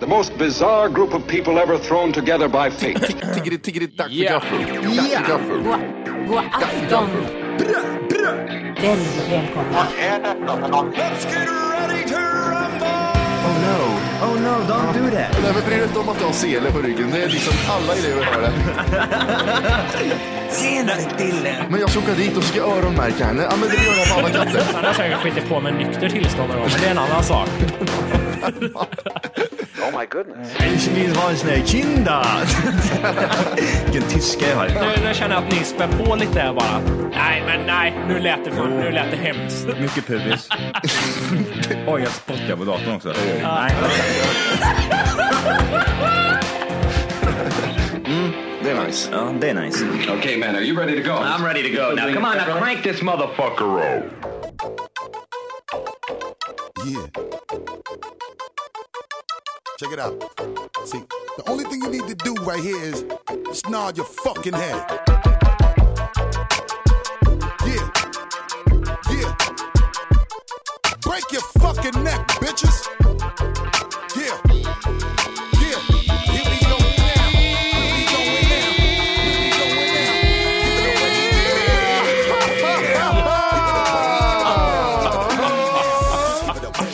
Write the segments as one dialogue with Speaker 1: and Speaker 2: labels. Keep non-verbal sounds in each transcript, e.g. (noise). Speaker 1: The most bizarre group of people ever thrown together by fate.
Speaker 2: Tiggeri, tiggeri, dack för
Speaker 3: Ja.
Speaker 2: gaffel. Dack för gaffel.
Speaker 4: God afton! Väldigt välkomna.
Speaker 2: Oh no.
Speaker 5: Oh no, don't do that.
Speaker 2: Nej men bry dig inte om att du har sele på ryggen. Det är liksom alla elever har det.
Speaker 5: Senare Dille.
Speaker 2: Men jag ska åka dit och ska öronmärka henne. Ja men det gör jag på alla katter.
Speaker 3: Han har säkert skitit på med nykter tillstånd någon gång, men det är en annan sak.
Speaker 5: Ich will ha sina
Speaker 6: (laughs)
Speaker 5: kinder. Vilken tyska jag har.
Speaker 3: Nu, nu känner jag att ni spär på lite här bara. Nej, men nej. Nu lät det, för, nu lät det hemskt.
Speaker 6: Mycket
Speaker 3: (laughs)
Speaker 6: pubis. Oj, jag spottar på datorn också. Nej.
Speaker 2: Det är nice.
Speaker 6: Ja, det är nice.
Speaker 1: okay, man, are you ready to go?
Speaker 7: I'm ready to go now. Come on, now crank this motherfucker up.
Speaker 8: Yeah. Check it out. See, the only thing you need to do right here is snarl your fucking head. Yeah. Yeah. Break your fucking neck, bitches. Yeah. Yeah. Here we go now. Here we go now. Here we go now. Give it away. Give it away. Give it away.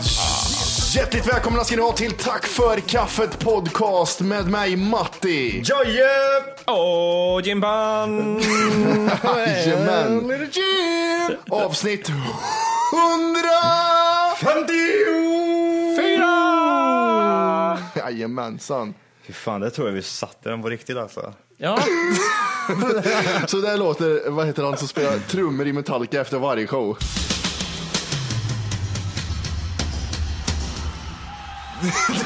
Speaker 2: (laughs) Hjärtligt välkomna ska ni vara till Tack för kaffet podcast med mig Matti.
Speaker 6: Joje!
Speaker 3: Åh, Jimban!
Speaker 2: Jajamän. Avsnitt 100! (laughs)
Speaker 3: 54!
Speaker 2: Jajamensan.
Speaker 6: Fy fan, det tror jag vi satte den på riktigt alltså. (laughs)
Speaker 3: Ja,
Speaker 2: (laughs) Så där låter, vad heter han som spelar trummor i Metallica efter varje show?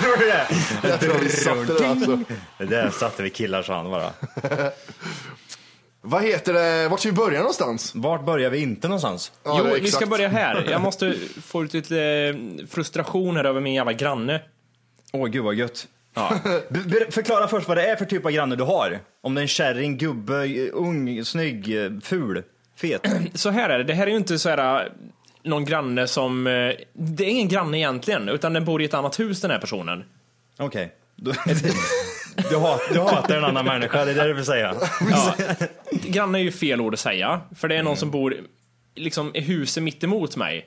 Speaker 6: Tror du det?
Speaker 2: Jag tror vi satte det alltså.
Speaker 6: Det där satte vi killars hand bara.
Speaker 2: Vad heter det, vart ska vi börja någonstans?
Speaker 6: Vart börjar vi inte någonstans?
Speaker 2: Ja,
Speaker 3: jo,
Speaker 2: det är
Speaker 3: vi ska
Speaker 2: exakt.
Speaker 3: börja här. Jag måste få ut lite eh, frustration här över min jävla granne.
Speaker 6: Åh, gud vad gött. Be- be- förklara först vad det är för typ av granne du har. Om det är en kärring, gubbe, eh, ung, snygg, eh, ful, fet. (clears throat)
Speaker 3: Så här är det, det här är ju inte så här eh, någon granne som... eh, Det är ingen granne egentligen, utan den bor i ett annat hus den här personen.
Speaker 6: Okej. Du, (laughs) du, hat, du hatar en annan människa, det är det du vill säga.
Speaker 3: Ja. (laughs) Granne är ju fel ord att säga, för det är någon
Speaker 2: Mm.
Speaker 3: som bor liksom i huset mitt emot mig.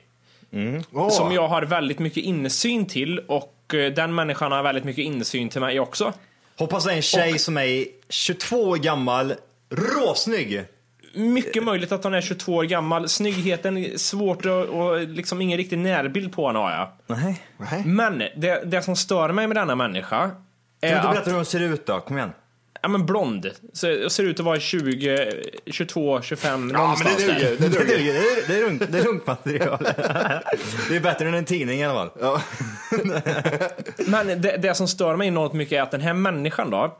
Speaker 2: Mm. Åh.
Speaker 3: Som jag har väldigt mycket insyn till och eh, den människan har väldigt mycket insyn till mig också.
Speaker 6: Hoppas det är en tjej som är 22 år gammal, råsnygg.
Speaker 2: Eh.
Speaker 3: Mycket möjligt att han är 22 år gammal. Snyggheten är svårt att- och liksom ingen riktig närbild på honom har jag.
Speaker 6: Nej.
Speaker 3: Men det, det som stör mig med denna människa är
Speaker 6: Kan du berätta
Speaker 3: att,
Speaker 6: hur hon ser ut då? Kom igen.
Speaker 3: ja men blond, så, ser ut att vara 20, 22, 25
Speaker 2: Ja men
Speaker 3: någonstans
Speaker 2: det
Speaker 3: där.
Speaker 2: duger, det
Speaker 6: Det
Speaker 2: duger.
Speaker 6: duger, det är, det är, lugnt, det är lugnt material. (laughs) Det är bättre än en tidning i alla fall.
Speaker 3: Men det, det som stör mig enormt mycket är att den här människan då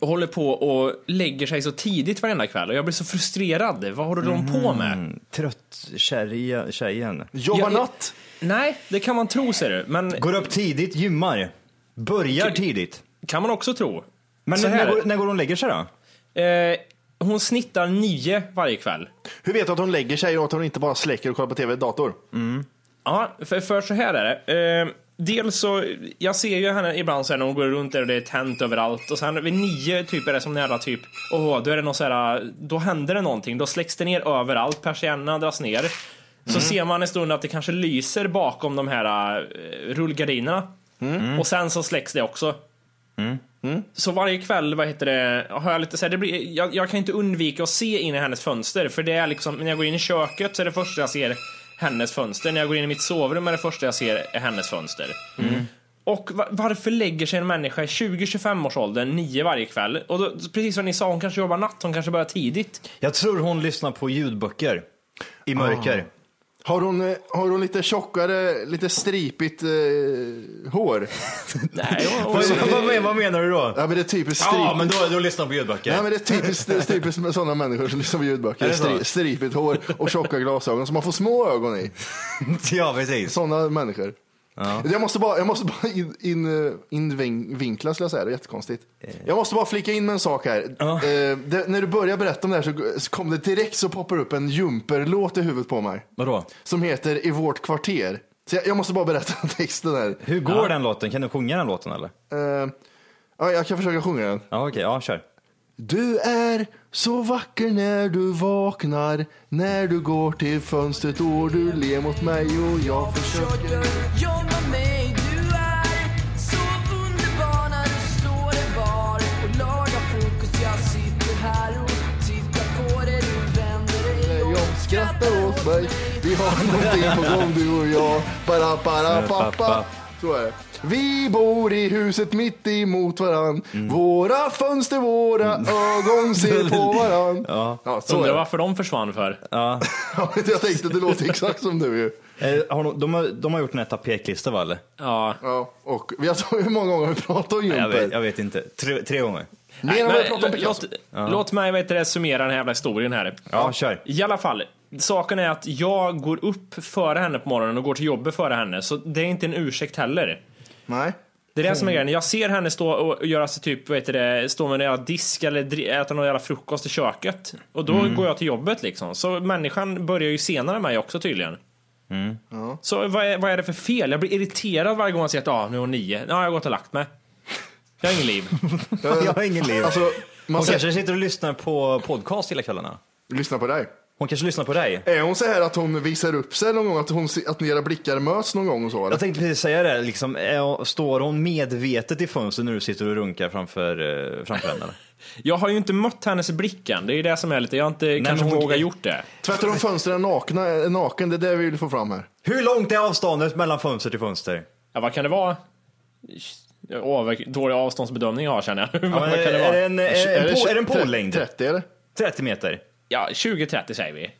Speaker 3: håller på och lägger sig så tidigt varenda kväll och jag blir så frustrerad. Vad håller de
Speaker 6: Mhm.
Speaker 3: på med?
Speaker 6: Trött kärja, tjejen.
Speaker 2: Jobba
Speaker 3: Jag- jag-
Speaker 2: natt.
Speaker 3: Nej, det kan man tro ser du, men
Speaker 6: Går upp tidigt, gymmar. Börjar
Speaker 3: Okej.
Speaker 6: tidigt.
Speaker 3: kan man också tro.
Speaker 6: Men
Speaker 3: så här,
Speaker 6: när, går, när går hon och lägger sig då?
Speaker 3: eh, hon snittar nio varje kväll.
Speaker 2: Hur vet du att hon lägger sig och att hon inte bara släcker och kollar på tv i dator?
Speaker 3: Ja, för, för så här är det. Eh, dels så, jag ser ju henne ibland så här när hon går runt där och det är tänt överallt och sen vid nio typ är det som en jävla typ, åh, då är det någon så här, då händer det någonting, då släcks det ner överallt, persiennerna dras ner. Så ser man en stund att det kanske lyser bakom de här eh, rullgardinerna. Och sen så släcks det också. Så varje kväll, vad heter det, har jag lite så här, det blir, jag, jag kan inte undvika att se in i hennes fönster för det är liksom, när jag går in i köket så är det första jag ser hennes fönster. När jag går in i mitt sovrum är det första jag ser är hennes fönster. Och va- varför lägger sig en människa i 20-25 års åldern, nio varje kväll? Och då, precis som ni sa, hon kanske jobbar natt, hon kanske börjar tidigt.
Speaker 6: Jag tror hon lyssnar på ljudböcker.
Speaker 2: Ah.
Speaker 6: I mörker.
Speaker 2: Har hon, eh, har hon lite tjockare, lite stripigt eh, hår?
Speaker 3: (laughs) Nej, hon,
Speaker 6: Vad, vad, men- vad menar du då?
Speaker 2: Ja men det är typiskt strip...
Speaker 6: Ja, men då, då lyssnar hon på ljudböcker.
Speaker 2: Nej men det är typiskt, typiskt med sådana människor som lyssnar på ljudböcker.
Speaker 6: Är det så?
Speaker 2: Stri, stripigt hår och tjocka glasögon som man får små ögon i.
Speaker 6: (laughs) Ja, precis.
Speaker 2: Sådana människor. Jag måste bara, jag måste bara in, in, eh, invinkla skulle jag säga, det är jättekonstigt. Jag måste bara flika in med en sak här.
Speaker 6: Eh. Ja.
Speaker 2: Eh, det, när du började berätta om det här så, så kom det direkt så poppar upp en jumperlåt i huvudet på mig.
Speaker 6: Vadå?
Speaker 2: Som heter I vårt kvarter. Så jag, jag måste bara berätta (laughs) texten här.
Speaker 6: Hur går den låten? Kan du sjunga den låten eller?
Speaker 2: Eh, ja, jag kan försöka sjunga den.
Speaker 6: Ja, okej. Ja, kör.
Speaker 2: Du är så vacker när du vaknar, när du går till fönstret och du ler mot mig och jag försöker.
Speaker 4: Jag med mig, du är så underbar när du står i bar och lagar frukost. Jag sitter här och tittar på dig, du vänder dig om.
Speaker 2: Eh, Jag skrattar åt mig. Vi har någonting på gång du och jag. Bara, bara, pappa. Så är det. Vi bor i huset mitt emot varann. Våra fönster, våra ögon ser på varann. Ja, så är
Speaker 3: Undrar
Speaker 2: det.
Speaker 3: varför de försvann för.
Speaker 2: Ja, men Jag tänkte att det låter exakt som du ju.
Speaker 6: Eh, har de, de, har, de har gjort en här tapetlistan va eller?
Speaker 3: Ja.
Speaker 2: Ja, och vi har, hur många gånger har vi pratat om
Speaker 6: Jag vet, jag
Speaker 2: Jumper?
Speaker 6: vet inte. Tre, tre gånger.
Speaker 2: Mer än vad vi
Speaker 3: Men,
Speaker 2: pratat om
Speaker 3: låt,
Speaker 2: Picasso.
Speaker 3: låt mig vet, du, summera den här jävla historien här.
Speaker 6: Ja, kör.
Speaker 3: I alla fall, saken är att jag går upp före henne på morgonen och går till jobbet före henne, så det är inte en ursäkt heller.
Speaker 2: Nej.
Speaker 3: Det är det som är
Speaker 6: Mm.
Speaker 3: grejen. Jag ser henne stå och göra sig typ, vad heter det, stå med en jävla disk eller dri- äta någon jävla frukost i köket. Och då
Speaker 6: Mm.
Speaker 3: går jag till jobbet liksom. Så människan börjar ju senare än mig också tydligen.
Speaker 6: Mm.
Speaker 3: Så vad är, vad är det för fel? Jag blir irriterad varje gång jag ser att ah, nu är hon nio. Nu har jag gått och lagt mig. Jag har ingen liv.
Speaker 6: (laughs) Jag har ingen liv.
Speaker 2: Alltså, man
Speaker 6: Hon
Speaker 2: ser,
Speaker 6: kanske sitter och lyssnar på podcast hela kvällarna.
Speaker 2: lyssna på dig.
Speaker 6: Hon kanske lyssnar på dig.
Speaker 2: Är hon så här att hon visar upp sig någon gång? Att, hon, se- att era blickar möts någon gång och så?
Speaker 6: Jag
Speaker 2: Eller?
Speaker 6: tänkte precis säga det, liksom, är- står hon medvetet i fönstret när du sitter och runkar framför, eh, framför henne? eller?
Speaker 3: Jag har ju inte mött hennes blicken. Det är ju det som är lite, jag har inte kanske
Speaker 6: men hon-
Speaker 3: vågat gjort det.
Speaker 2: Tvättar de fönstren nakna, naken? Det är det vi vill få fram här.
Speaker 6: (laughs) Hur långt är avståndet mellan fönster till fönster?
Speaker 3: Ja, vad kan det vara? Åh, vad dålig avståndsbedömning jag har känner jag. (laughs)
Speaker 6: Ja,
Speaker 3: vad
Speaker 6: men,
Speaker 3: kan det
Speaker 6: är,
Speaker 3: vara?
Speaker 6: det en, är, det en,
Speaker 2: det
Speaker 6: po- är det en
Speaker 2: 30
Speaker 6: pollängd?
Speaker 2: 30 eller?
Speaker 6: 30 meter?
Speaker 3: Ja, 20-30 säger vi.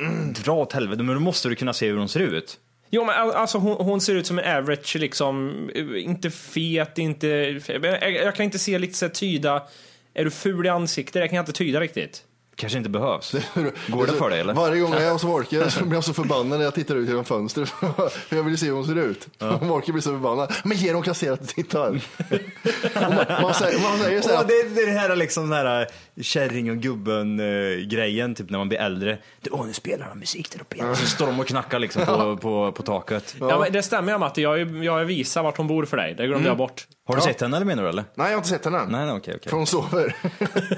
Speaker 6: Dra åt helvete, men då måste du kunna se hur hon ser ut.
Speaker 3: Jo men al- alltså hon, hon ser ut som en average liksom, eh, inte fet, inte... men Jag, jag kan inte se lite så här tyda, är du ful i ansiktet? Det kan jag inte tyda riktigt.
Speaker 6: Kanske
Speaker 2: (laughs)
Speaker 6: inte behövs. Går det för dig eller?
Speaker 2: Varje gång jag
Speaker 6: (laughs)
Speaker 2: är hos Wolke så blir jag så förbannad när jag tittar ut genom fönstret. (laughs) För jag vill ju se hur hon ser ut. (laughs) Wolke blir så förbannad. Men ger hon kasserat och
Speaker 6: (laughs)
Speaker 2: tittar. Och man, man säger, man säger så här.
Speaker 6: Åh,
Speaker 2: att-
Speaker 6: det, det är det här liksom den här eh, kärring och gubben eh, grejen typ när man blir äldre. Du, Åh, nu spelar han musik där uppe igen. Så står de och knackar
Speaker 2: (laughs)
Speaker 6: liksom på, på, på taket.
Speaker 3: Ja. men det stämmer ju Matti, jag, har ju- jag visar vart hon bor för dig. Det glömde
Speaker 6: Mm.
Speaker 3: jag bort.
Speaker 6: Har du sett henne eller menar du eller?
Speaker 2: Nej, jag har inte sett henne än.
Speaker 6: Nej, nej, okej, okej.
Speaker 2: För hon sover. (laughs)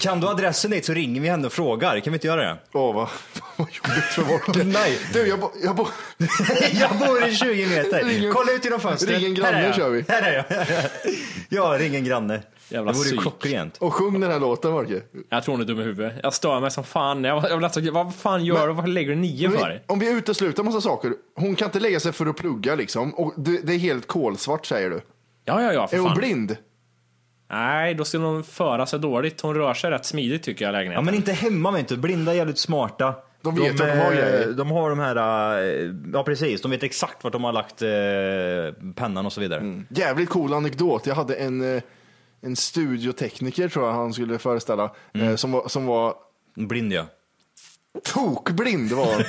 Speaker 6: Kan du adressen dit så ringer vi henne och frågar. Kan vi
Speaker 2: (laughs)
Speaker 6: inte göra det?
Speaker 2: Åh, vad, vad jobbigt för Wolke.
Speaker 6: (laughs) Nej.
Speaker 2: Du, jag, bo- jag, bo-
Speaker 6: Jag bor i 20 meter.
Speaker 2: Ring-
Speaker 6: Kolla ut genom fönstret.
Speaker 2: ring en
Speaker 6: Här är
Speaker 2: granne,
Speaker 6: jag.
Speaker 2: kör vi.
Speaker 6: Här är jag. (laughs) Ja, ring en granne.
Speaker 3: Jävla
Speaker 6: det vore ju
Speaker 3: psyk.
Speaker 6: klockrent.
Speaker 2: och sjung den här låten, Wolke.
Speaker 3: Jag tror hon är dum i huvudet. Jag stör mig som fan. Jag, jag blir alltså, vad fan gör du? Varför lägger du nio
Speaker 2: Men
Speaker 3: för?
Speaker 2: vi- Om vi utesluter massa saker. Hon kan inte lägga sig för att plugga liksom. Och det, det är helt kolsvart säger du.
Speaker 3: Ja, ja, ja, för
Speaker 2: Är hon
Speaker 3: fan.
Speaker 2: blind?
Speaker 3: Nej, då skulle hon föra sig dåligt. Hon rör sig rätt smidigt tycker jag i
Speaker 6: Ja,
Speaker 3: lägenheten.
Speaker 6: men inte hemma vet du. Blinda är jävligt smarta.
Speaker 2: De vet vad de har
Speaker 6: eh,
Speaker 2: grejer.
Speaker 6: De har de här, eh, ja precis, de vet exakt vart de har lagt eh, pennan och så vidare.
Speaker 2: Jävligt cool anekdot. Jag hade en, eh, en studiotekniker tror jag han skulle föreställa.
Speaker 6: Mm.
Speaker 2: eh, Som var, som var
Speaker 6: Blind ja. (laughs)
Speaker 2: tokblind var han.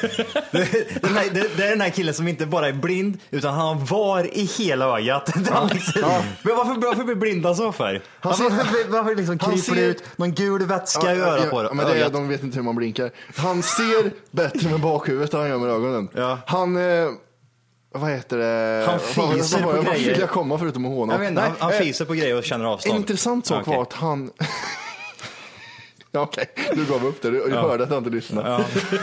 Speaker 6: Den här, det, det är den här killen som inte bara är blind, utan han var i hela ögat. (laughs) Ja. Liksom, Men varför, varför blir blinda så för?
Speaker 2: ser-
Speaker 6: varför varför liksom
Speaker 2: han
Speaker 6: kryper det
Speaker 2: ser-
Speaker 6: ut någon gul vätska i
Speaker 2: Ja,
Speaker 6: örat
Speaker 2: ja,
Speaker 6: på det?
Speaker 2: ja, men det är,
Speaker 6: ögat?
Speaker 2: De vet inte hur man blinkar. Han ser bättre med bakhuvudet än han gör med ögonen.
Speaker 6: Ja.
Speaker 2: Han... Eh, vad heter det?
Speaker 6: Han
Speaker 2: Fan, vad-
Speaker 6: fiser
Speaker 2: vad var
Speaker 6: på
Speaker 2: jag- Vad
Speaker 6: grejer.
Speaker 2: fick jag komma förutom att håna?
Speaker 6: Jag vet inte,
Speaker 2: Nej,
Speaker 6: han, han
Speaker 2: eh,
Speaker 6: fiser på grejer och känner avstånd.
Speaker 2: En intressant sak
Speaker 6: Ja, okej.
Speaker 2: var att han... (laughs) ja, Okej, du gav upp det. Du, jag hörde att jag inte lyssnade.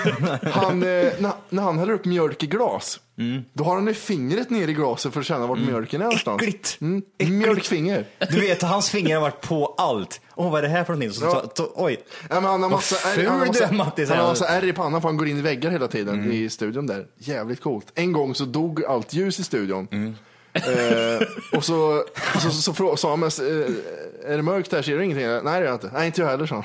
Speaker 2: (laughs) han, eh, när, när han häller upp mjölk i glas,
Speaker 6: Mm.
Speaker 2: då har han ju fingret ner i glaset för att känna vart mjölken är någonstans.
Speaker 6: Äckligt.
Speaker 2: Mm. Mjölkfinger.
Speaker 6: Du vet, hans fingrar har varit på allt. Åh, vad är det här för någonting? Så,
Speaker 2: Ja.
Speaker 6: ta, ta, oj.
Speaker 2: Ja, men han har
Speaker 6: Vad
Speaker 2: massa
Speaker 6: ful
Speaker 2: ärr han har massa-
Speaker 6: du är, Mattis. Mm.
Speaker 2: han har massa ärr i pannan för han går in i väggar hela tiden i studion där. Jävligt coolt. En gång så dog allt ljus i studion.
Speaker 6: Mm.
Speaker 2: Eh, och så, så, så, så frå- sa han, men, eh, är det mörkt här? Ser du ingenting? Nej, det gör jag inte. Nej, inte jag heller, sa han.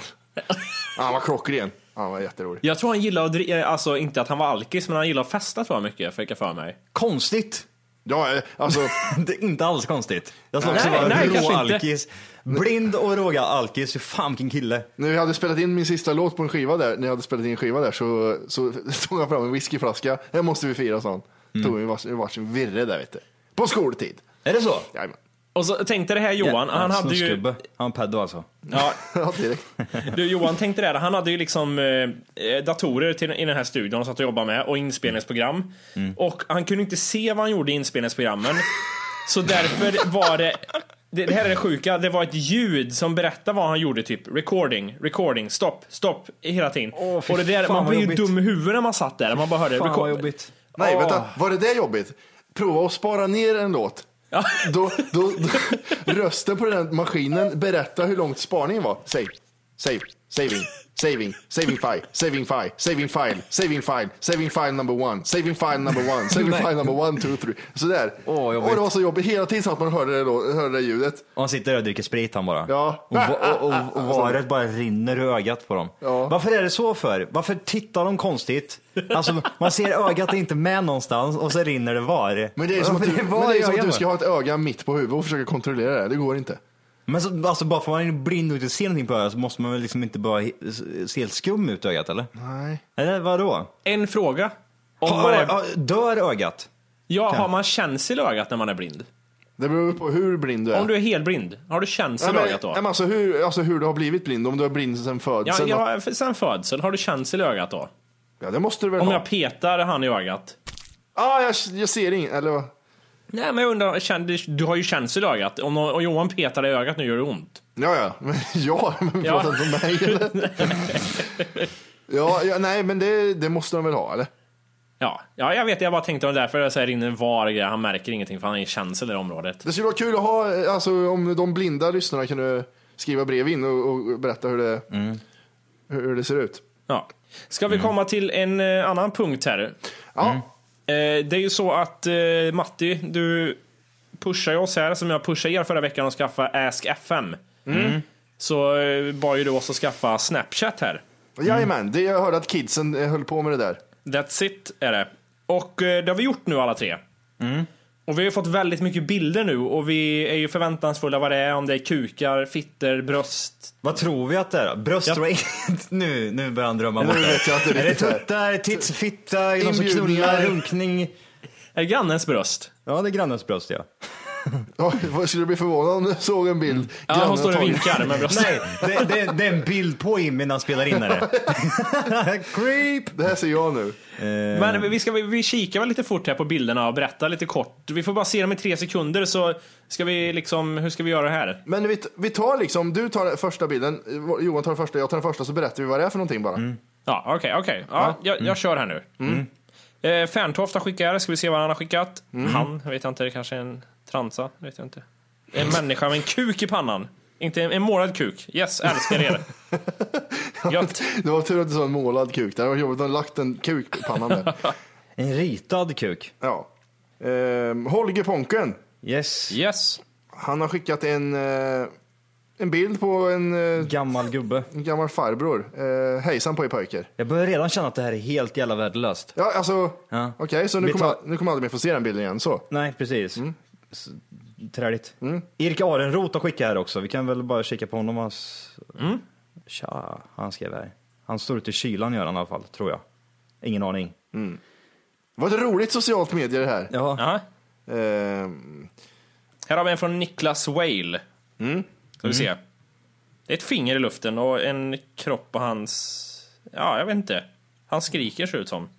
Speaker 2: Han var klockren. Han var jätterolig.
Speaker 3: Jag tror han gillar att dri- eh, alltså inte att han var alkis, men han gillar att festa tror jag mycket, fick jag för mig.
Speaker 6: Konstigt.
Speaker 2: Ja, eh, alltså,
Speaker 6: Det är inte alls konstigt. Jag ska också
Speaker 3: Nej,
Speaker 6: vara
Speaker 3: nej,
Speaker 6: rå
Speaker 3: kanske inte.
Speaker 6: alkis. Blind och råga alkis. Hur fan vilken kille.
Speaker 2: när vi hade spelat in min sista låt på en skiva där, när jag hade spelat in en skiva där så, så (laughs) tog han fram en whiskyflaska. Det
Speaker 6: Mm.
Speaker 2: måste vi fira, sa han. Tog vi varsin, varsin virre där, vet du. På skoltid.
Speaker 6: Är det så?
Speaker 2: Jajamän.
Speaker 3: Och så tänkte det här Johan, han hade ju...
Speaker 6: snuskgubbe. Han var peddo alltså.
Speaker 3: Ja,
Speaker 2: Ja, direkt.
Speaker 3: du Johan tänkte det, här, han hade ju liksom eh, datorer till, i den här studion och satt och jobbade med och inspelningsprogram.
Speaker 6: Mm.
Speaker 3: Och han kunde inte se vad han gjorde i inspelningsprogrammen. så därför var det, det, det här är det sjuka, det var ett ljud som berättade vad han gjorde typ. Recording, recording, stopp, stopp hela tiden.
Speaker 6: Åh, fy
Speaker 3: och det där,
Speaker 6: fan,
Speaker 3: man
Speaker 6: vad
Speaker 3: blev ju
Speaker 6: jobbigt.
Speaker 3: dum i huvudet när man satt där. Man bara hörde
Speaker 6: Fan vad
Speaker 3: record-
Speaker 6: jobbigt.
Speaker 2: Nej, vänta. Var det det jobbigt? Prova att spara ner en låt. Då, då, då, rösten på den här maskinen berättar hur långt sparningen var. Save, save, saving, saving, saving file, saving file, saving file, saving file, saving file number one, saving file number one, saving file number one, two, three. Sådär.
Speaker 6: Åh, vad jobbigt.
Speaker 2: och det var så jobbigt. Hela tiden så att man hörde det, då, hörde det ljudet.
Speaker 6: Och han sitter där och dricker sprit han bara.
Speaker 2: Ja.
Speaker 6: Och, va- och, och, och varet bara rinner ur ögat på dem.
Speaker 2: Ja.
Speaker 6: Varför är det så för? Varför tittar de konstigt? Alltså man ser ögat är inte med någonstans och så rinner det var.
Speaker 2: Men det är som att
Speaker 6: Varför
Speaker 2: du,
Speaker 6: är var
Speaker 2: men det är
Speaker 6: i
Speaker 2: som att
Speaker 6: ögat?
Speaker 2: du ska ha ett öga mitt på huvudet och försöka kontrollera det. Det går inte.
Speaker 6: Men så, alltså bara för att man är blind och inte ser någonting på ögat så måste man väl liksom inte bara he- se helt skum ut i ögat eller?
Speaker 2: Nej.
Speaker 6: Eller vadå?
Speaker 3: En fråga. Om
Speaker 6: Har,
Speaker 3: man är,
Speaker 6: har, dör ögat?
Speaker 3: ja, har man känsel i ögat när man är blind?
Speaker 2: Det beror på hur blind du är.
Speaker 3: Om du är helblind, har du
Speaker 2: Nej,
Speaker 3: känsel i
Speaker 2: men,
Speaker 3: ögat då?
Speaker 2: nej, men alltså, hur, alltså hur du har blivit blind, om du har blind sedan
Speaker 3: Ja,
Speaker 2: födseln.
Speaker 3: ja, för- sen födsel, har du känsel i ögat då?
Speaker 2: Ja, det måste du väl
Speaker 3: Om
Speaker 2: ha.
Speaker 3: jag petar han i ögat?
Speaker 2: ah, jag, jag ser inget. Eller vad?
Speaker 3: Nej, men jag undrar, kän- du har ju känsel i ögat. Om, någon- om Johan petar dig i ögat nu gör det ont.
Speaker 2: Ja, ja. (laughs) Men, ja, men
Speaker 3: Ja.
Speaker 2: pratar inte om mig eller? ja, ja, nej, men det, det måste de väl ha eller?
Speaker 3: (laughs) Ja, ja jag vet, jag bara tänkte om det därför jag säger in en var grej. Han märker ingenting för han har ingen känsel i det området.
Speaker 2: Det skulle vara kul att ha, alltså om de blinda lyssnarna kunde skriva brev in och, och berätta hur det,
Speaker 3: Mm.
Speaker 2: hur, hur det ser ut.
Speaker 3: Ja. Ska
Speaker 2: Mm.
Speaker 3: vi komma till en eh, annan punkt här?
Speaker 2: Ja,
Speaker 3: Eh, det är ju så att eh, Matti, du pushar ju oss här, som jag pushade er förra veckan att skaffa Ask FM.
Speaker 2: Mm.
Speaker 3: Så eh, bad ju du oss att skaffa Snapchat här.
Speaker 2: jajamän. Det, jag hörde att kidsen eh, höll på med det där.
Speaker 3: That's it är det. Och eh, det har vi gjort nu alla tre. Mm. Och vi har ju fått väldigt mycket bilder nu och vi är ju förväntansfulla vad det är, om det är kukar, fitter, bröst.
Speaker 6: Vad tror vi att det är då? Bröst tror jag inte. (laughs) Nu, nu börjar han drömma bort
Speaker 2: Nu vet jag att det
Speaker 6: Är det
Speaker 2: riktigt är.
Speaker 6: tuttar, tits, fitta, någon som
Speaker 2: Inbjudningar.
Speaker 6: knullar, runkning?
Speaker 3: Är det grannens bröst?
Speaker 6: Ja, det är grannens bröst ja.
Speaker 2: Ja, (laughs) vad skulle du bli förvånad om du såg en bild?
Speaker 3: Mm. Ja,
Speaker 2: Grannen
Speaker 3: hon står och
Speaker 2: tagit-
Speaker 3: vinkar med bröstet.
Speaker 6: Nej, det, det, det är en bild på Jimmy när han spelar in det.
Speaker 2: (laughs)
Speaker 6: Creep!
Speaker 2: Det här ser jag nu.
Speaker 3: (laughs) Men vi, ska, vi, vi kikar väl lite fort här på bilderna och berättar lite kort. Vi får bara se dem i tre sekunder så ska vi liksom, hur ska vi göra det här?
Speaker 2: Men vi, t- vi tar liksom, du tar den första bilden, eh, Johan tar den första, jag tar den första, så berättar vi vad det är för någonting bara.
Speaker 6: Mm.
Speaker 3: Ja, okej, okej. Ja, jag, jag kör här nu. Mm. Eh, Färntofta skickar, ska vi se vad han har skickat? Han, jag vet inte, det kanske är en transa, det vet jag inte. En människa med en kuk i pannan. Inte en, en målad kuk. Yes, älskar (laughs) er. Gött.
Speaker 2: Det var tur att du sa en målad kuk, det hade varit jobbigt att ha lagt en kuk i pannan
Speaker 6: (laughs)
Speaker 2: där.
Speaker 6: En ritad kuk.
Speaker 2: Ja. Ehm, Holger Ponken,
Speaker 6: Yes.
Speaker 3: Yes.
Speaker 2: han har skickat en, eh, en bild på en, eh,
Speaker 6: Gammal gubbe.
Speaker 2: en gammal farbror. Eh, hejsan på er pojkar.
Speaker 6: Jag börjar redan känna att det här är helt jävla värdelöst.
Speaker 2: Ja, alltså,
Speaker 6: Ja.
Speaker 2: okej, så nu
Speaker 6: Vi
Speaker 2: kommer
Speaker 6: tar-
Speaker 2: jag nu kommer jag aldrig mer få se den bilden igen så.
Speaker 6: Nej, precis. Mm. Träligt. Erik Arenroth har skickat här också. Vi kan väl bara kika på honom. Hans... Tja, han skrev här. Han står ute i kylan gör han i alla fall, tror jag. Ingen aning.
Speaker 2: Vad ett roligt socialt medie det här.
Speaker 6: Ja.
Speaker 3: Aha.
Speaker 2: Ehm,
Speaker 3: Här har vi en från Niklas Whale. Mm. Ska vi se. Det är ett finger i luften och en kropp på hans... Ja, jag vet inte. Han skriker ser ut som.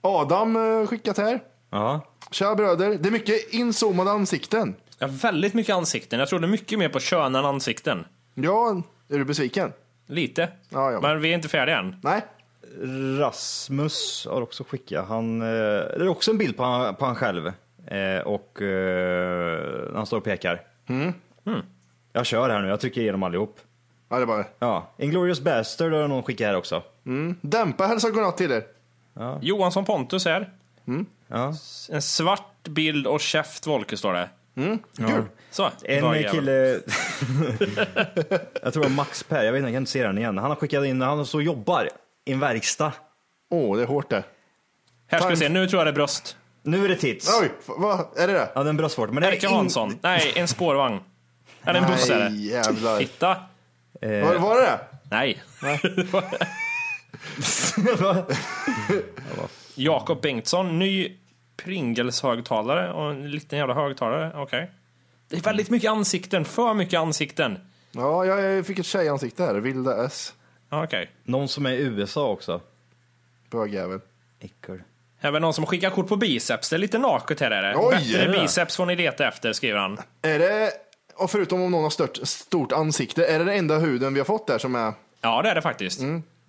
Speaker 2: Adam eh, skickat här.
Speaker 6: Ja.
Speaker 2: Tja bröder, det är mycket inzoomade ansikten.
Speaker 3: Ja, väldigt mycket ansikten. Jag trodde mycket mer på kön än ansikten.
Speaker 2: Ja, är du besviken?
Speaker 3: Lite.
Speaker 2: Ja, ja.
Speaker 3: Men vi är inte färdiga än.
Speaker 2: Nej?
Speaker 6: Rasmus har också skickat. Han, eh, det är också en bild på han, på han själv. Eh, och eh, han står och pekar. Mm. Jag kör här nu, jag trycker igenom allihop.
Speaker 2: Ja, det är bara...
Speaker 6: Ja, Inglourious Bastard har någon skickat här också.
Speaker 2: Dämpa hälsa godnatt till er.
Speaker 3: Johansson Pontus här.
Speaker 2: Mm.
Speaker 6: Ja.
Speaker 3: En svart bild och käft Wolke står det.
Speaker 2: Mm. Kul.
Speaker 3: Så.
Speaker 6: En
Speaker 3: bra jävel.
Speaker 6: kille, (laughs) jag tror det var Max Per, jag vet inte, jag kan inte se den igen. Han har skickat in, han står och jobbar i en verkstad.
Speaker 2: Åh, det är hårt det.
Speaker 3: Här ska vi
Speaker 2: Ta
Speaker 3: se,
Speaker 2: en-
Speaker 3: nu tror jag det är bröst.
Speaker 6: Nu är det tits.
Speaker 2: Oj, f- vad är det det?
Speaker 6: Ja, den bröstvårtan. Men det är
Speaker 3: Erika
Speaker 6: in-
Speaker 3: Hansson. Nej, en spårvagn. Eller en buss är det.
Speaker 2: Nej, jävlar.
Speaker 3: Hitta.
Speaker 2: Var,
Speaker 6: Eh,
Speaker 2: var det det?
Speaker 3: Nej. Jakob Bengtsson, ny Pringles-högtalare och en liten jävla högtalare. Okej. Det är väldigt mycket ansikten, för mycket ansikten.
Speaker 2: Ja, jag jag fick ett tjejansikte här. Vilda S.
Speaker 3: Ja, Okej.
Speaker 6: (laughs) Någon som är i USA också.
Speaker 2: Bögjävel.
Speaker 6: Äckel.
Speaker 3: Här Även någon som skickar kort på biceps. Det är lite naket här är det.
Speaker 2: Oj,
Speaker 3: Bättre
Speaker 2: är det?
Speaker 3: biceps får ni leta efter, skriver han.
Speaker 2: Är det, och förutom om någon har stört, stort ansikte, är det den enda huden vi har fått där som är...
Speaker 3: Ja, det är det faktiskt.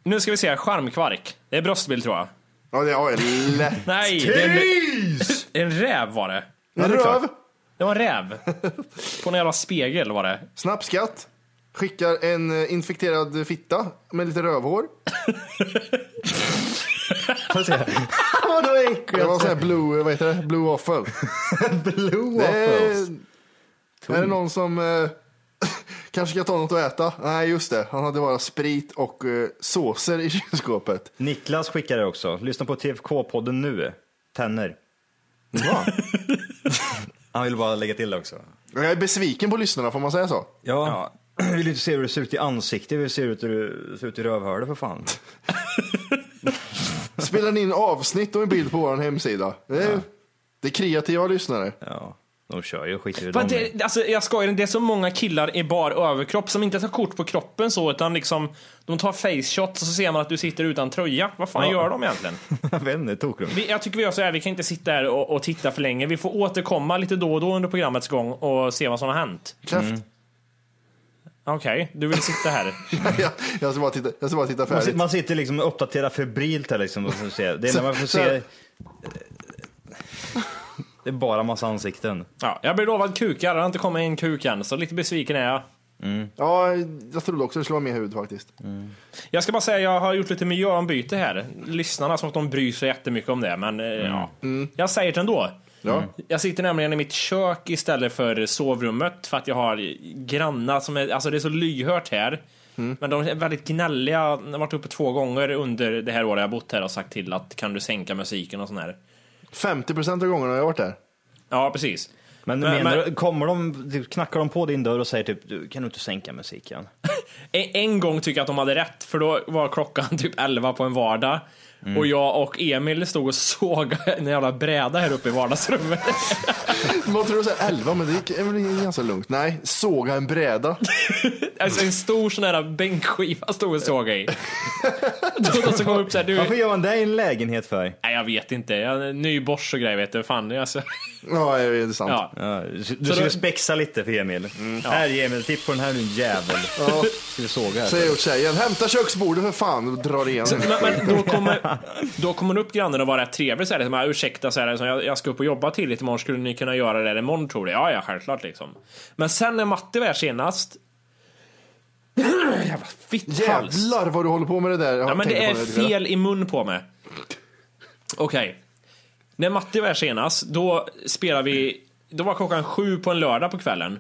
Speaker 3: Nu ska vi se, skärmkvark. Det är bröstbild tror jag.
Speaker 2: Ja, det ja, det är lätt.
Speaker 3: Nej, (laughs) det är
Speaker 2: Typ!
Speaker 3: en, en räv var det.
Speaker 2: En röv,
Speaker 3: Det var en räv. På en jävla spegel var det.
Speaker 2: snappskatt, skickar en eh, infekterad fitta med lite
Speaker 3: (laughs)
Speaker 2: rövhår.
Speaker 6: Vadå
Speaker 2: Det
Speaker 6: äckligt?
Speaker 2: var sån här blue, vad heter det? Blue waffle.
Speaker 6: Blue
Speaker 2: Det är,
Speaker 6: waffles.
Speaker 2: är det någon som eh, (laughs) kanske ska ta något att äta? Nej, just det. Han hade bara sprit och eh, såser i (laughs) kylskåpet.
Speaker 6: Niklas skickar det också. Lyssna på TFK-podden nu. Tänner.
Speaker 2: Ja.
Speaker 6: Han vill bara lägga till det också.
Speaker 2: Jag är besviken på lyssnarna, får man säga så?
Speaker 6: Ja. (clears throat) Vi vill inte se hur du ser ut i ansiktet, vi vill se hur du ser ut i rövhålet för fan.
Speaker 2: Spelar ni in avsnitt och en bild på vår hemsida? Det är, det är kreativa lyssnare.
Speaker 6: Ja, de kör ju, skiter i
Speaker 3: Men
Speaker 6: dem.
Speaker 3: det, alltså, jag skojar inte. det är så många killar i bar överkropp som inte tar kort på kroppen så, utan liksom de tar faceshots och så ser man att du sitter utan tröja. Vad fan
Speaker 6: Ja.
Speaker 3: gör de egentligen?
Speaker 6: (laughs) Jag vet inte, tokrunk.
Speaker 3: Vi, jag tycker vi gör så här, vi kan inte sitta här och, och titta för länge. Vi får återkomma lite då och då under programmets gång och se vad som har hänt.
Speaker 2: Käft.
Speaker 3: Okej, du vill sitta här.
Speaker 2: jag, (laughs) jag, ska bara titta, jag ska bara titta
Speaker 6: Man, sit-
Speaker 2: färdigt.
Speaker 6: man sitter liksom och uppdaterar febrilt här liksom. Och så ser, det är när man får
Speaker 2: Så-
Speaker 6: se... Det är bara massa ansikten.
Speaker 3: Ja, jag blir lovad kukar, det har inte kommit en kuk än, så lite besviken är jag.
Speaker 2: Ja, jag trodde också det skulle vara mer hud faktiskt.
Speaker 3: Jag ska bara säga, jag har gjort lite miljöombyte här. Lyssnarna som att de bryr sig jättemycket om det, men eh, ja. Jag säger det ändå.
Speaker 2: Ja.
Speaker 3: Jag sitter nämligen i mitt kök istället för sovrummet för att jag har grannar som är, alltså det är så lyhört här. Men de är väldigt gnälliga, de har varit uppe två gånger under det här året jag har bott här och sagt till att kan du sänka musiken och sån här.
Speaker 2: 50 procent av gångerna har jag varit där.
Speaker 3: Ja, precis.
Speaker 6: Men,
Speaker 3: Men-
Speaker 6: menar,
Speaker 3: men-
Speaker 6: du- kommer de, typ, knackar de på din dörr och säger typ, du, kan du inte sänka musiken?
Speaker 3: En, en gång tycker jag att de hade rätt, för då var klockan (laughs) typ 11 på en vardag. Och jag och Emil stod och (laughs) såg en jävla bräda här uppe i vardagsrummet.
Speaker 2: Man tror så här 11, men det gick är väl ganska lugnt. Nej, såga en bräda.
Speaker 3: Alltså en stor sån här bänkskiva stod och såg i. (laughs) Då, då så kom upp så här, du,
Speaker 6: Varför gör man det i en lägenhet för?
Speaker 3: Nej, jag vet inte. Jag, ny borst och grejer vet du. Fan, alltså.
Speaker 2: (laughs)
Speaker 3: (laughs)
Speaker 2: Ja, det är sant.
Speaker 3: Ja.
Speaker 6: Ja, du
Speaker 3: då-
Speaker 6: du skulle spexa lite för Emil. Här Emil, tipp på den här nu jävel.
Speaker 2: Ja.
Speaker 6: Ska vi såga här?
Speaker 2: Säger jag åt tjejen, hämta köksbordet för fan och drar igen.
Speaker 3: Men, men då kommer, då kommer upp grannen och vara rätt trevlig så här, liksom, "Ah, ursäkta, så här, liksom, jag, jag ska upp och jobba tidigt imorgon, skulle ni kunna göra det här imorgon tror du? Ja, ja, självklart liksom. Men sen när Matte var här senast, (clears throat) jävla fitthals.
Speaker 2: Jävlar vad du håller på med det där. Jag
Speaker 3: Ja, men
Speaker 2: tänker
Speaker 3: det är
Speaker 2: på det.
Speaker 3: fel i mun på mig. Okej. När Matti var här senast, då spelade vi... Då var klockan sju på en lördag på kvällen.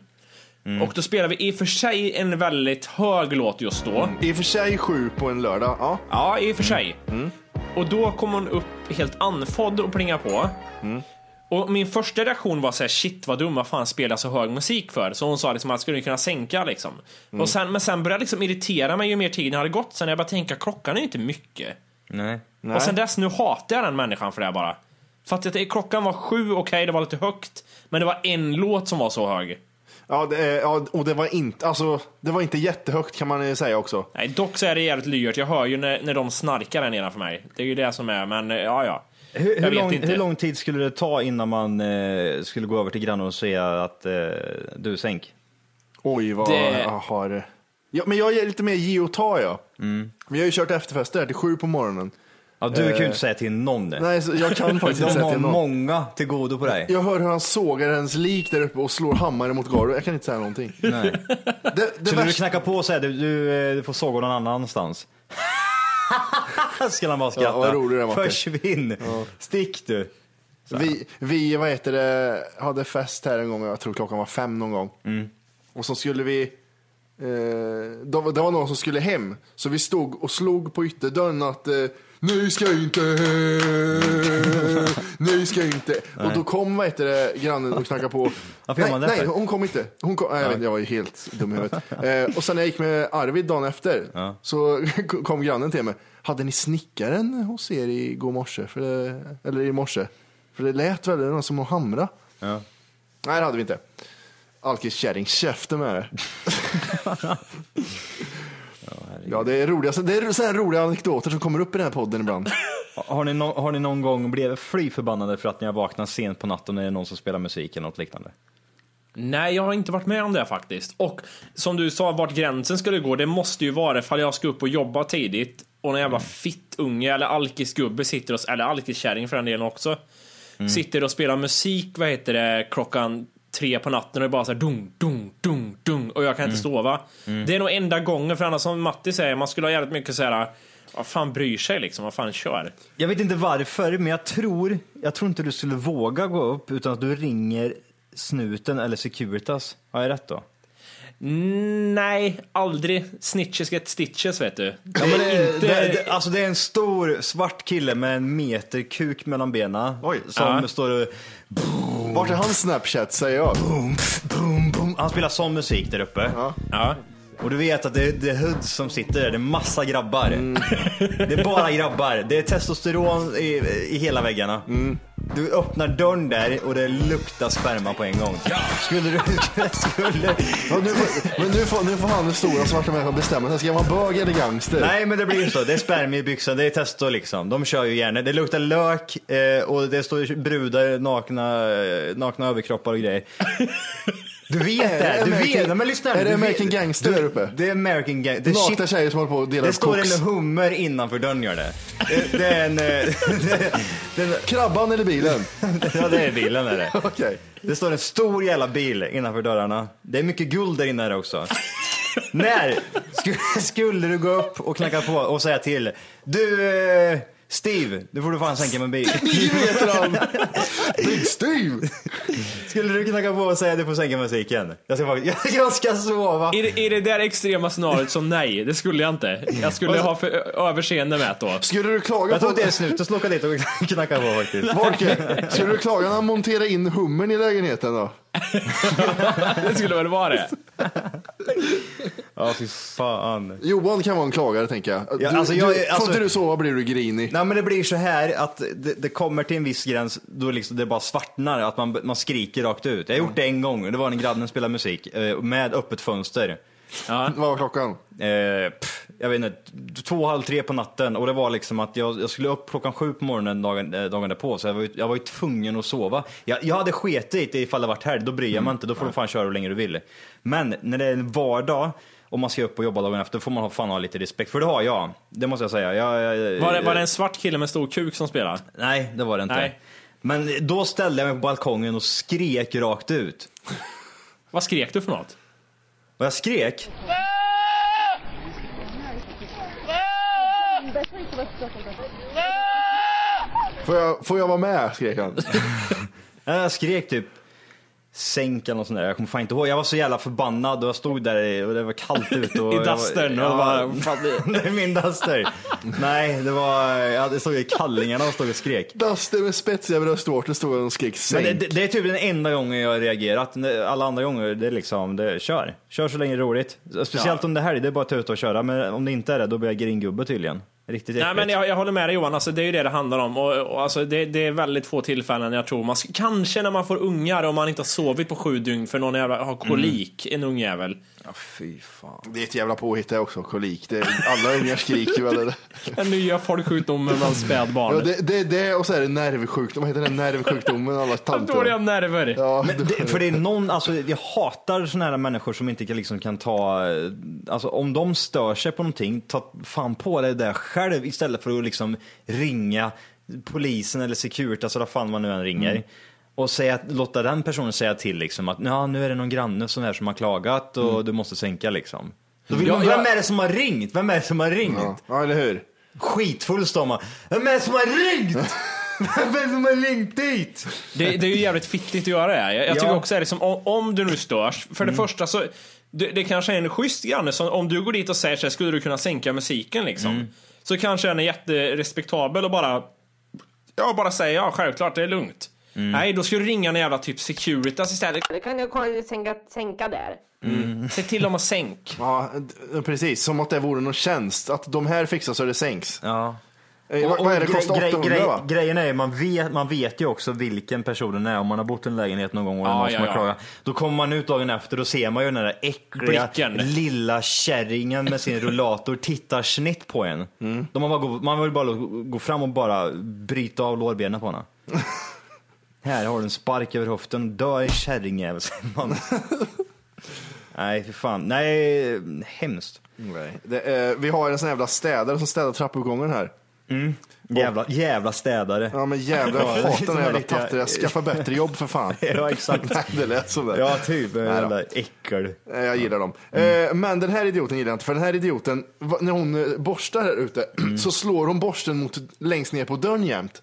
Speaker 2: Mm.
Speaker 3: Och då spelade vi i och för sig en väldigt hög låt just då.
Speaker 2: I och för sig sju på en lördag. Ja.
Speaker 3: Ja, i och
Speaker 6: Mm.
Speaker 3: för sig. Mm. Och då kom hon upp helt andfådd och plingade på.
Speaker 6: Mm.
Speaker 3: Och min första reaktion var så här, shit vad dum, vad fan spelar jag så hög musik för? Så hon sa liksom att skulle ni kunna sänka liksom.
Speaker 6: Mm.
Speaker 3: Och sen, men sen började jag liksom irritera mig ju mer tiden hade gått. Sen jag bara tänka, klockan är ju inte mycket.
Speaker 6: Nej.
Speaker 3: Och sen dess, nu hatar jag den människan för det här bara. För att det, klockan var sju, okej det var lite högt. Men det var en låt som var så hög.
Speaker 2: Ja, det, är- ja, och det var inte, alltså, det var inte jättehögt kan man eh, säga också.
Speaker 3: Nej, dock så är det jävligt lyhört. Jag hör ju när, när de snarkar där nedanför mig. Det är ju det som är, men eh, ja ja.
Speaker 6: Hur, hur,
Speaker 3: jag vet
Speaker 6: lång,
Speaker 3: inte.
Speaker 6: hur lång tid skulle det ta innan man eh, skulle gå över till grannen och säga att eh, du sänk?
Speaker 2: Oj, vad
Speaker 3: Det-
Speaker 2: jag har... Ja, men jag är lite mer ge och ta, ja. Vi har ju kört efterfester här till sju på morgonen.
Speaker 6: Ja, du kan ju inte säga till någon det.
Speaker 2: Nej, så jag kan faktiskt inte
Speaker 6: De
Speaker 2: säga
Speaker 6: har
Speaker 2: till någon.
Speaker 6: många till godo på dig.
Speaker 2: Jag hör hur han sågar ens lik där uppe och slår hammare mot golvet. Jag kan inte säga någonting.
Speaker 6: Nej.
Speaker 2: Det, det
Speaker 6: Så när du
Speaker 2: värsta...
Speaker 6: knackar på och säger du, du, eh, du får såga någon annanstans. (laughs) Ska han bara skratta.
Speaker 2: Ja, vad rolig du är, Martin.
Speaker 6: Försvinn! Stick du!
Speaker 2: vi, vi, vad heter det, hade fest här en gång, jag tror klockan var fem någon gång. Och så skulle vi, eh, det var det var någon som skulle hem, så vi stod och slog på ytterdörren att eh, ni ska inte hem, ni ska inte. Och då kom, vad heter det, grannen och knackade på.
Speaker 6: Varför gör
Speaker 2: nej,
Speaker 6: man det
Speaker 2: nej,
Speaker 6: för?
Speaker 2: hon kom inte. Hon kom, nej, jag, vet, jag var ju helt dum i huvudet. Eh, och sen när jag gick med Arvid dagen efter, så (laughs) kom grannen till mig. Hade ni snickaren hos er i går morse? För det, eller i morse? För det lät väl det var någon som att hamra? Nej, det hade vi inte. Ja, alkiskärring käften med
Speaker 6: (laughs)
Speaker 2: det. ja, det är roliga, det är så här roliga anekdoter som kommer upp i den här podden ibland.
Speaker 6: Har ni, nå- har ni någon gång blivit fly förbannade för att ni har vaknat sent på natten och det är någon som spelar musik eller något liknande?
Speaker 3: Nej, jag har inte varit med om det faktiskt. Och som du sa, vart gränsen skulle gå, det måste ju vara ifall jag ska upp och jobba tidigt och någon jävla fittunge eller alkisgubbe sitter och, eller alkiskärring för den delen också, sitter och spelar musik, vad heter det, klockan tre på natten och det är bara så här dung, dung, dung, dung och jag kan inte sova. Det är nog enda gången, för annars som Matti säger, man skulle ha jävligt mycket så här, vad fan bryr sig liksom, vad fan kör.
Speaker 6: Jag vet inte varför, men jag tror, jag tror inte du skulle våga gå upp utan att du ringer snuten eller Securitas. Har jag rätt då?
Speaker 3: Mm, Nej, aldrig. Snitches get stitches vet du.
Speaker 6: Ja, men det, det,
Speaker 3: inte-
Speaker 6: det, alltså det är en stor svart kille med en meter kuk mellan benen
Speaker 2: Oj.
Speaker 6: som
Speaker 3: Ja.
Speaker 6: står och...
Speaker 2: Vart är hans Snapchat säger jag?
Speaker 6: Boom, boom, boom. Han spelar sån musik där uppe.
Speaker 3: Ja.
Speaker 6: Och du vet att det är, det är hoods som sitter där, det är massa grabbar. (laughs) Det är bara grabbar. Det är testosteron i, i hela väggarna. Du öppnar dörren där och det luktar sperma på en gång. Skulle du... (laughs) Skulle...
Speaker 2: Ja, nu, får- men nu får, nu får han den stora svarta människan bestämma sig. Ska man vara bög eller gangster?
Speaker 6: Nej men det blir ju så. Det är sperma i byxan, det är testo liksom. De kör ju gärna. Det luktar lök eh, och det står brudar nakna, eh, nakna överkroppar och grejer. Du vet det, du
Speaker 2: American-
Speaker 6: vet det. Men lyssna här,
Speaker 2: är det
Speaker 6: du vet-
Speaker 2: American Gangster
Speaker 6: du-
Speaker 2: där uppe?
Speaker 6: Det är American Gangster. Det är
Speaker 2: Nakna
Speaker 6: shit-
Speaker 2: tjejer som håller på och delar
Speaker 6: Det
Speaker 2: ut
Speaker 6: står
Speaker 2: koks.
Speaker 6: en hummer innanför dörren gör det. Det, det är en... eh, (laughs) Den,
Speaker 2: Krabban eller
Speaker 6: (laughs)
Speaker 2: bilen?
Speaker 6: ja, det är bilen är det.
Speaker 2: Okej.
Speaker 6: Det står en stor jävla bil innanför dörrarna. Det är mycket guld där inne också. När skulle, skulle du gå upp och knacka på och säga till? Du, eh, Steve, nu får du fan sänka min bil.
Speaker 2: Steve heter han! Big Steve!
Speaker 6: (laughs) Skulle du knacka på och säga du får sänka musiken? Jag ska, faktiskt- jag, (laughs) jag ska sova.
Speaker 3: (laughs) I det, I det där extrema scenariot som nej, det skulle jag inte. Jag skulle ha för, överseende med det då.
Speaker 2: Skulle du klaga på...
Speaker 6: Jag tror inte det är snuten skulle åka dit och knacka på
Speaker 2: (laughs)
Speaker 6: faktiskt.
Speaker 2: Volke, skulle du klaga när han monterar in hummern i lägenheten då?
Speaker 3: Det skulle väl vara det.
Speaker 6: Ja, fy fan.
Speaker 2: Johan kan vara en klagare tänker jag. Du,
Speaker 6: Ja, alltså, jag-
Speaker 2: du,
Speaker 6: alltså-
Speaker 2: får inte du sova blir du grinig.
Speaker 6: Nej men det blir så här att det, det kommer till en viss gräns då liksom det bara svartnar, att man, man skriker rakt ut. Jag har gjort det en gång, det var en grabb som spelade musik eh, med öppet fönster.
Speaker 3: Ja.
Speaker 2: Vad var klockan?
Speaker 6: Eh, pff, jag vet inte, t- två, halv tre på natten och det var liksom att jag, jag skulle upp klockan sju på morgonen dagen, eh, dagen därpå så jag var, ju- jag var ju tvungen att sova. Jag, jag hade skitit i ifall det varit helg, då bryr jag mig inte, då får du fan köra hur länge du vill. Men när det är en vardag och man ska upp och jobba dagen efter, då får man ha, fan ha lite respekt, för det har jag. Det måste jag säga. Jag, jag,
Speaker 3: Var det, var det en svart kille med stor kuk som spelade?
Speaker 6: Nej, det var det inte.
Speaker 3: Nej.
Speaker 6: Men då ställde jag mig på balkongen och skrek rakt ut.
Speaker 3: Vad skrek du för något?
Speaker 6: Och jag skrek.
Speaker 2: Får jag, får jag vara med? skrek han.
Speaker 6: Jag skrek typ sänk eller något sånt där. Jag kommer fan inte ihåg. Jag var så jävla förbannad och jag stod där och det var
Speaker 3: (laughs)
Speaker 6: kallt ute. Och
Speaker 3: I
Speaker 6: jag var-
Speaker 3: dustern och
Speaker 6: Ja,
Speaker 3: bara,
Speaker 6: (laughs) det är min duster. Nej, det var, jag hade- stod i kallingarna och stod och skrek.
Speaker 2: Duster med spetsiga bröstvårtor stod han och skrek
Speaker 6: Men
Speaker 2: sänk.
Speaker 6: det, det, det är typ den enda gången jag har reagerat. Alla andra gånger, det är liksom, det, kör. Kör så länge det är roligt. Speciellt om det här är det är bara att ta ut och köra. Men om det inte är det, då blir jag gringubbe tydligen. Riktigt
Speaker 3: Nej
Speaker 6: äckligt.
Speaker 3: men jag, jag håller med dig Johan, alltså, det är ju det det handlar om. Och, och, alltså, det, det är väldigt få tillfällen jag tror man... sk- Kanske när man får ungar och man inte har sovit på sju dygn för någon jävla har kolik, en ungjävel.
Speaker 6: Fy fan.
Speaker 2: Det är ett jävla påhitt det också, kolik. Det, alla ungar skriker väl. eller?
Speaker 3: Den nya folksjukdomen bland spädbarn.
Speaker 2: Ja, det, det, det och så är det nervsjukdom. Vad heter den nervsjukdomen?
Speaker 6: (laughs)
Speaker 2: Alla
Speaker 3: Dåliga
Speaker 2: tanter.
Speaker 3: nerver.
Speaker 2: Ja,
Speaker 6: Men det, för det är någon, alltså jag hatar såna här människor som inte kan, liksom kan ta, eh, alltså om de stör sig på någonting, ta fan på det där själv istället för att liksom ringa polisen eller Securitas eller vad fan man nu än ringer.
Speaker 2: Mm.
Speaker 6: Och säga, låta den personen säga till liksom att "Nja, nu är det någon granne som, är som har klagat och
Speaker 2: Mm.
Speaker 6: du måste sänka liksom. Då vill
Speaker 3: Ja,
Speaker 6: man, vem
Speaker 3: jag-
Speaker 6: är det som har ringt? Vem är det som har ringt?
Speaker 2: ja, eller hur?
Speaker 6: Skitfull står man. Vem är det som har
Speaker 2: (laughs)
Speaker 6: ringt? vem är det som har ringt dit?
Speaker 3: Det, det är ju jävligt fittigt att göra det. här. Jag, jag
Speaker 6: Ja.
Speaker 3: tycker också att det är liksom, om, om du nu störs, för det första så, det, det kanske är en schysst granne som, om du går dit och säger så här, skulle du kunna sänka musiken liksom? Så kanske den är jätterespektabel och bara, ja bara säger ja, självklart, det är lugnt. Nej, då ska du ringa en jävla typ Securitas istället.
Speaker 9: Det kan jag sänka, sänka där.
Speaker 3: Se till dem att sänk.
Speaker 2: Ja, d- precis. Som att det vore någon tjänst. Att de här fixar så det sänks.
Speaker 6: Ja.
Speaker 2: Eh, vad- vad är det
Speaker 6: gre-
Speaker 2: kostar?
Speaker 6: gre-
Speaker 2: 800
Speaker 6: gre-
Speaker 2: va?
Speaker 6: Grejen är man vet, man vet ju också vilken personen är om man har bott i en lägenhet någon gång och det är
Speaker 3: Ja,
Speaker 6: någon som
Speaker 3: ja,
Speaker 6: har
Speaker 3: ja.
Speaker 6: klagat. Då kommer man ut dagen efter och ser man ju den där äckliga
Speaker 3: Blicken.
Speaker 6: lilla kärringen med sin rullator tittar snitt på en.
Speaker 2: Mm.
Speaker 6: De har bara gå, man vill bara gå fram och bara bryta av lårbenen på
Speaker 2: (laughs)
Speaker 6: henne. Här har du en spark över höften, dö i kärringjävel säger
Speaker 2: (laughs)
Speaker 6: man. Nej, för fan. Nej, hemskt.
Speaker 2: Nej. Det, är- vi har en sån jävla städare som städar trappuppgången här.
Speaker 6: Jävla, jävla städare.
Speaker 2: Ja men jävlar,
Speaker 6: Ja,
Speaker 2: jag
Speaker 6: det är
Speaker 2: hatar den
Speaker 6: såna
Speaker 2: här jävla
Speaker 6: riktiga-
Speaker 2: tattriga. Skaffa bättre jobb för fan.
Speaker 6: (laughs) (laughs) Ja, exakt.
Speaker 2: (laughs) Nej, det lät sådär.
Speaker 6: Ja, typ.
Speaker 2: då.
Speaker 6: Jävla äckel.
Speaker 2: Eh, Jag gillar dem.
Speaker 6: Mm.
Speaker 2: Eh, Men den här idioten gillar jag inte. För den här idioten, va- när hon eh, borstar här ute, (clears throat)
Speaker 6: Mm.
Speaker 2: så slår hon borsten mot, längst ner på dörren jämt.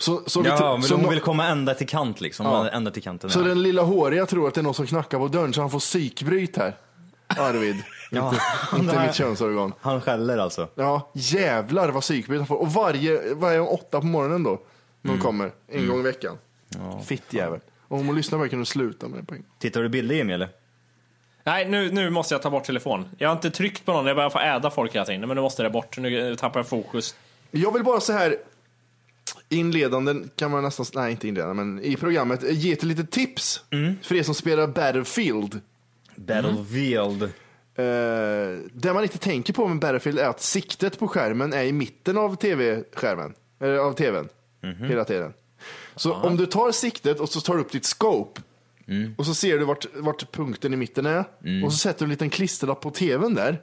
Speaker 2: Så, så, vi tr-
Speaker 6: Ja, men
Speaker 2: så,
Speaker 6: de
Speaker 2: nå-
Speaker 6: vill komma ända till kant liksom.
Speaker 2: Ja.
Speaker 6: Ända till kanten.
Speaker 2: så
Speaker 6: ja.
Speaker 2: den lilla håriga tror att det är någon som knackar på dörren så han får psykbryt här. Arvid.
Speaker 6: Ja.
Speaker 2: Inte
Speaker 6: Nej.
Speaker 2: mitt könsorgan.
Speaker 6: Han skäller alltså.
Speaker 2: Ja, jävlar vad psykbryt han får. Och varje, varje om åtta på morgonen då, när
Speaker 6: Mm.
Speaker 2: hon kommer, en gång i veckan. Fittjävel. Och om hon lyssnar på det kan du sluta med det på en gång.
Speaker 6: Tittar du bilder Jimmy eller?
Speaker 3: Nej, nu, nu måste jag ta bort telefon. Jag har inte tryckt på någon, jag börjar få äda folk hela tiden. Men nu måste det bort, nu eh, tappar jag fokus.
Speaker 2: Jag vill bara så här inledande kan man nästan, nej inte inledande men i programmet eh, ge ett litet tips för er som spelar Battlefield.
Speaker 6: Battlefield.
Speaker 2: Eh, det man inte tänker på med Battlefield är att siktet på skärmen är i mitten av tv-skärmen, eller av tvn
Speaker 6: Mhm.
Speaker 2: hela tiden. Så om du tar siktet och så tar du upp ditt scope
Speaker 6: Mm.
Speaker 2: och så ser du vart, vart punkten i mitten är och så sätter du en liten klisterlapp på tvn där.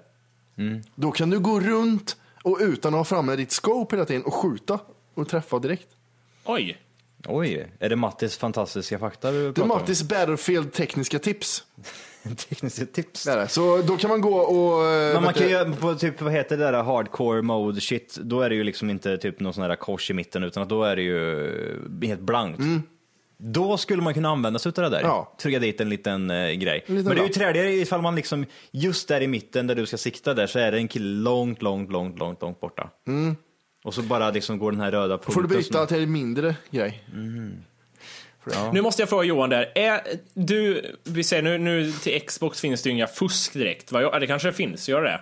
Speaker 6: Mm.
Speaker 2: Då kan du gå runt och utan att ha framme ditt scope hela tiden och skjuta och träffa direkt.
Speaker 3: Oj!
Speaker 6: Oj, är det Mattis fantastiska fakta du
Speaker 2: Det är
Speaker 6: pratar
Speaker 2: Mattis Battlefield tekniska tips.
Speaker 6: om? Tekniska tips.
Speaker 2: Det är det. Så då kan man gå och... eh,
Speaker 6: Men man
Speaker 2: vet
Speaker 6: kan
Speaker 2: du-
Speaker 6: ju, på typ, vad heter det där hardcore mode shit, då är det ju liksom inte typ någon sån här kors i mitten utan att då är det ju helt blankt. Då skulle man kunna använda sig av det där.
Speaker 2: Ja.
Speaker 6: Trycka dit en liten eh, grej.
Speaker 2: En liten
Speaker 6: Men det är ju
Speaker 2: lapp.
Speaker 6: träligare ifall man liksom, just där i mitten där du ska sikta där så är det en kille långt, långt, långt, långt, långt borta. Och så bara liksom går den här röda punkten.
Speaker 2: Får du byta
Speaker 6: som-
Speaker 2: till en mindre grej?
Speaker 3: Nu måste jag fråga Johan där. Är du, vi säger nu, nu till Xbox finns det ju inga fusk direkt. Vad jag, eller kanske det finns, gör det?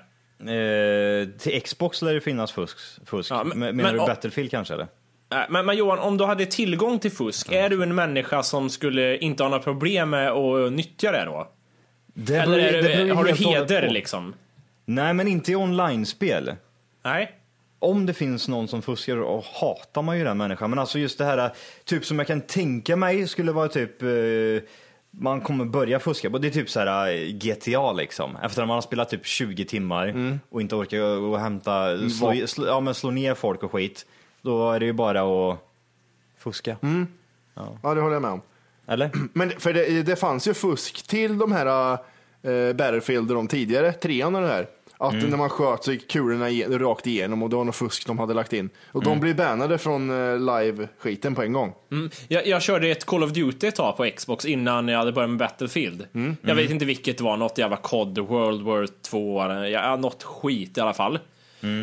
Speaker 6: Eh, till Xbox lär det finnas fusk. fusk.
Speaker 3: Ja, men-
Speaker 6: men, Menar
Speaker 3: men-
Speaker 6: du
Speaker 3: och-
Speaker 6: Battlefield kanske eller?
Speaker 3: Nej, Äh, Men, men Johan, om du hade tillgång till fusk,
Speaker 6: Mm.
Speaker 3: är du en människa som skulle inte ha några problem med att nyttja det då?
Speaker 6: Det
Speaker 3: Eller
Speaker 6: beror ju-
Speaker 3: är
Speaker 6: det beror
Speaker 3: du,
Speaker 6: ju
Speaker 3: har du
Speaker 6: helt och hållet
Speaker 3: heder
Speaker 6: på.
Speaker 3: liksom?
Speaker 6: Nej men inte i online-spel.
Speaker 3: Nej?
Speaker 6: om det finns någon som fuskar och hatar man ju den människan. Men alltså just det här, typ som jag kan tänka mig skulle vara typ eh, man kommer börja fuska. Det är typ så här eh, GTA liksom. Efter att man har spelat typ 20 timmar och inte orkar gå och hämta, slå, slå, ja, men slå ner folk och skit. Då är det ju bara att fuska.
Speaker 2: Ja, det håller jag med om.
Speaker 6: Eller?
Speaker 2: Men för det, det fanns ju fusk till de här äh, Battlefield och de tidigare, trean och det här. Att när man sköt så gick kulorna ige- rakt igenom och det var något fusk de hade lagt in. Och de blev bannade från eh, live-skiten på en gång.
Speaker 3: Mm. Jag, jag körde ett Call of Duty ett tag på Xbox innan jag hade börjat med Battlefield. Jag vet inte vilket det var, något jävla COD, World War 2, eller- ja, något skit i alla fall.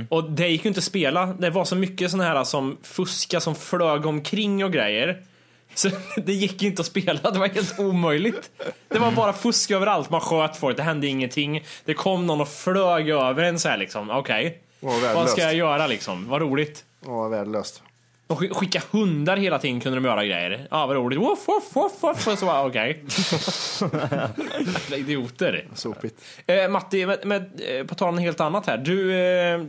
Speaker 3: Och det gick ju inte att spela. Det var så mycket sådana här som fuska som flög omkring och grejer. Så (laughs) det gick ju inte att spela, det var helt omöjligt. Det var bara fusk överallt, man sköt folk, det hände ingenting. Det kom någon och flög över en så här liksom, okej.
Speaker 2: Vad värdelöst.
Speaker 3: Vad ska jag göra liksom? Vad roligt.
Speaker 2: Ja, värdelöst.
Speaker 3: De skick- skickade hundar hela tiden kunde de göra grejer. Ja, vad roligt. Woff, woff, woff, woff. Och så bara, okej. Jävla idioter.
Speaker 2: Sopigt.
Speaker 3: Eh, Matti, med, med, eh, på tal om något helt annat här. Du eh,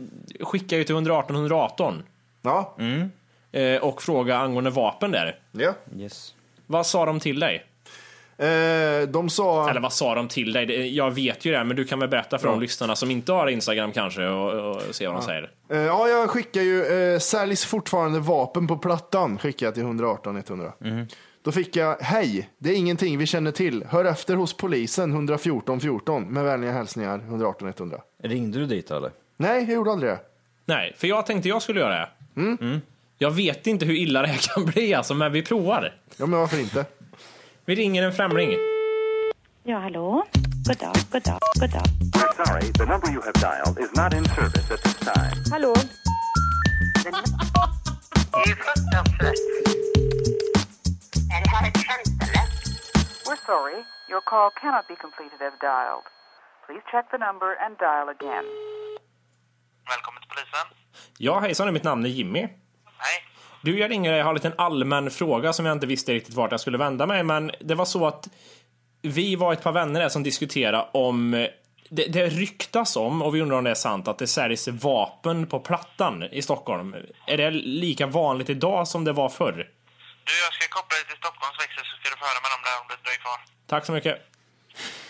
Speaker 3: skickar ju till 118 118
Speaker 2: Ja,
Speaker 3: eh, och frågar angående vapen där.
Speaker 2: ja.
Speaker 6: (clears throat) Yes.
Speaker 3: Vad sa de till dig?
Speaker 2: Eh, de sa...
Speaker 3: Eller vad sa de till dig? Det- Jag vet ju det, här, men du kan väl berätta för de lyssnarna som inte har Instagram kanske och, och se vad de säger.
Speaker 2: Eh, Ja, jag skickar ju, eh, säljs fortfarande vapen på plattan, skickar jag till 118 100. Då fick jag, hej, det är ingenting vi känner till, hör efter hos polisen 114 14 med vänliga hälsningar 118 100.
Speaker 6: Ringde du dit eller?
Speaker 2: Nej, jag gjorde aldrig det.
Speaker 3: Nej, för jag tänkte jag skulle göra det. Mm. Jag vet inte hur illa det här kan bli alltså, men vi provar.
Speaker 2: Ja, men varför inte?
Speaker 3: Vi ringer en främling.
Speaker 10: Ja, hallå? God dag, god dag, god dag.
Speaker 7: We're sorry, the number you have dialed is not in service at this time.
Speaker 9: Hallå?
Speaker 10: Det är fruktansvärt. Är det här ett skämt eller? We're sorry. Your call cannot be completed as dialed. Please check the number and dial again.
Speaker 11: Välkommen till polisen.
Speaker 3: Ja, hejsan, mitt namn är Jimmy.
Speaker 11: Hej.
Speaker 3: Du, jag ringer dig. Jag har en liten allmän fråga som jag inte visste riktigt vart jag skulle vända mig, men det var så att vi var ett par vänner där som diskuterade om eh, det, det ryktas om, och vi undrar om det är sant, att det säljs vapen på Plattan i Stockholm. Är det lika vanligt idag som det var förr?
Speaker 11: Du, jag ska koppla dig till Stockholms växel så ska du få höra med dem där om du dröjer kvar.
Speaker 3: Tack så mycket.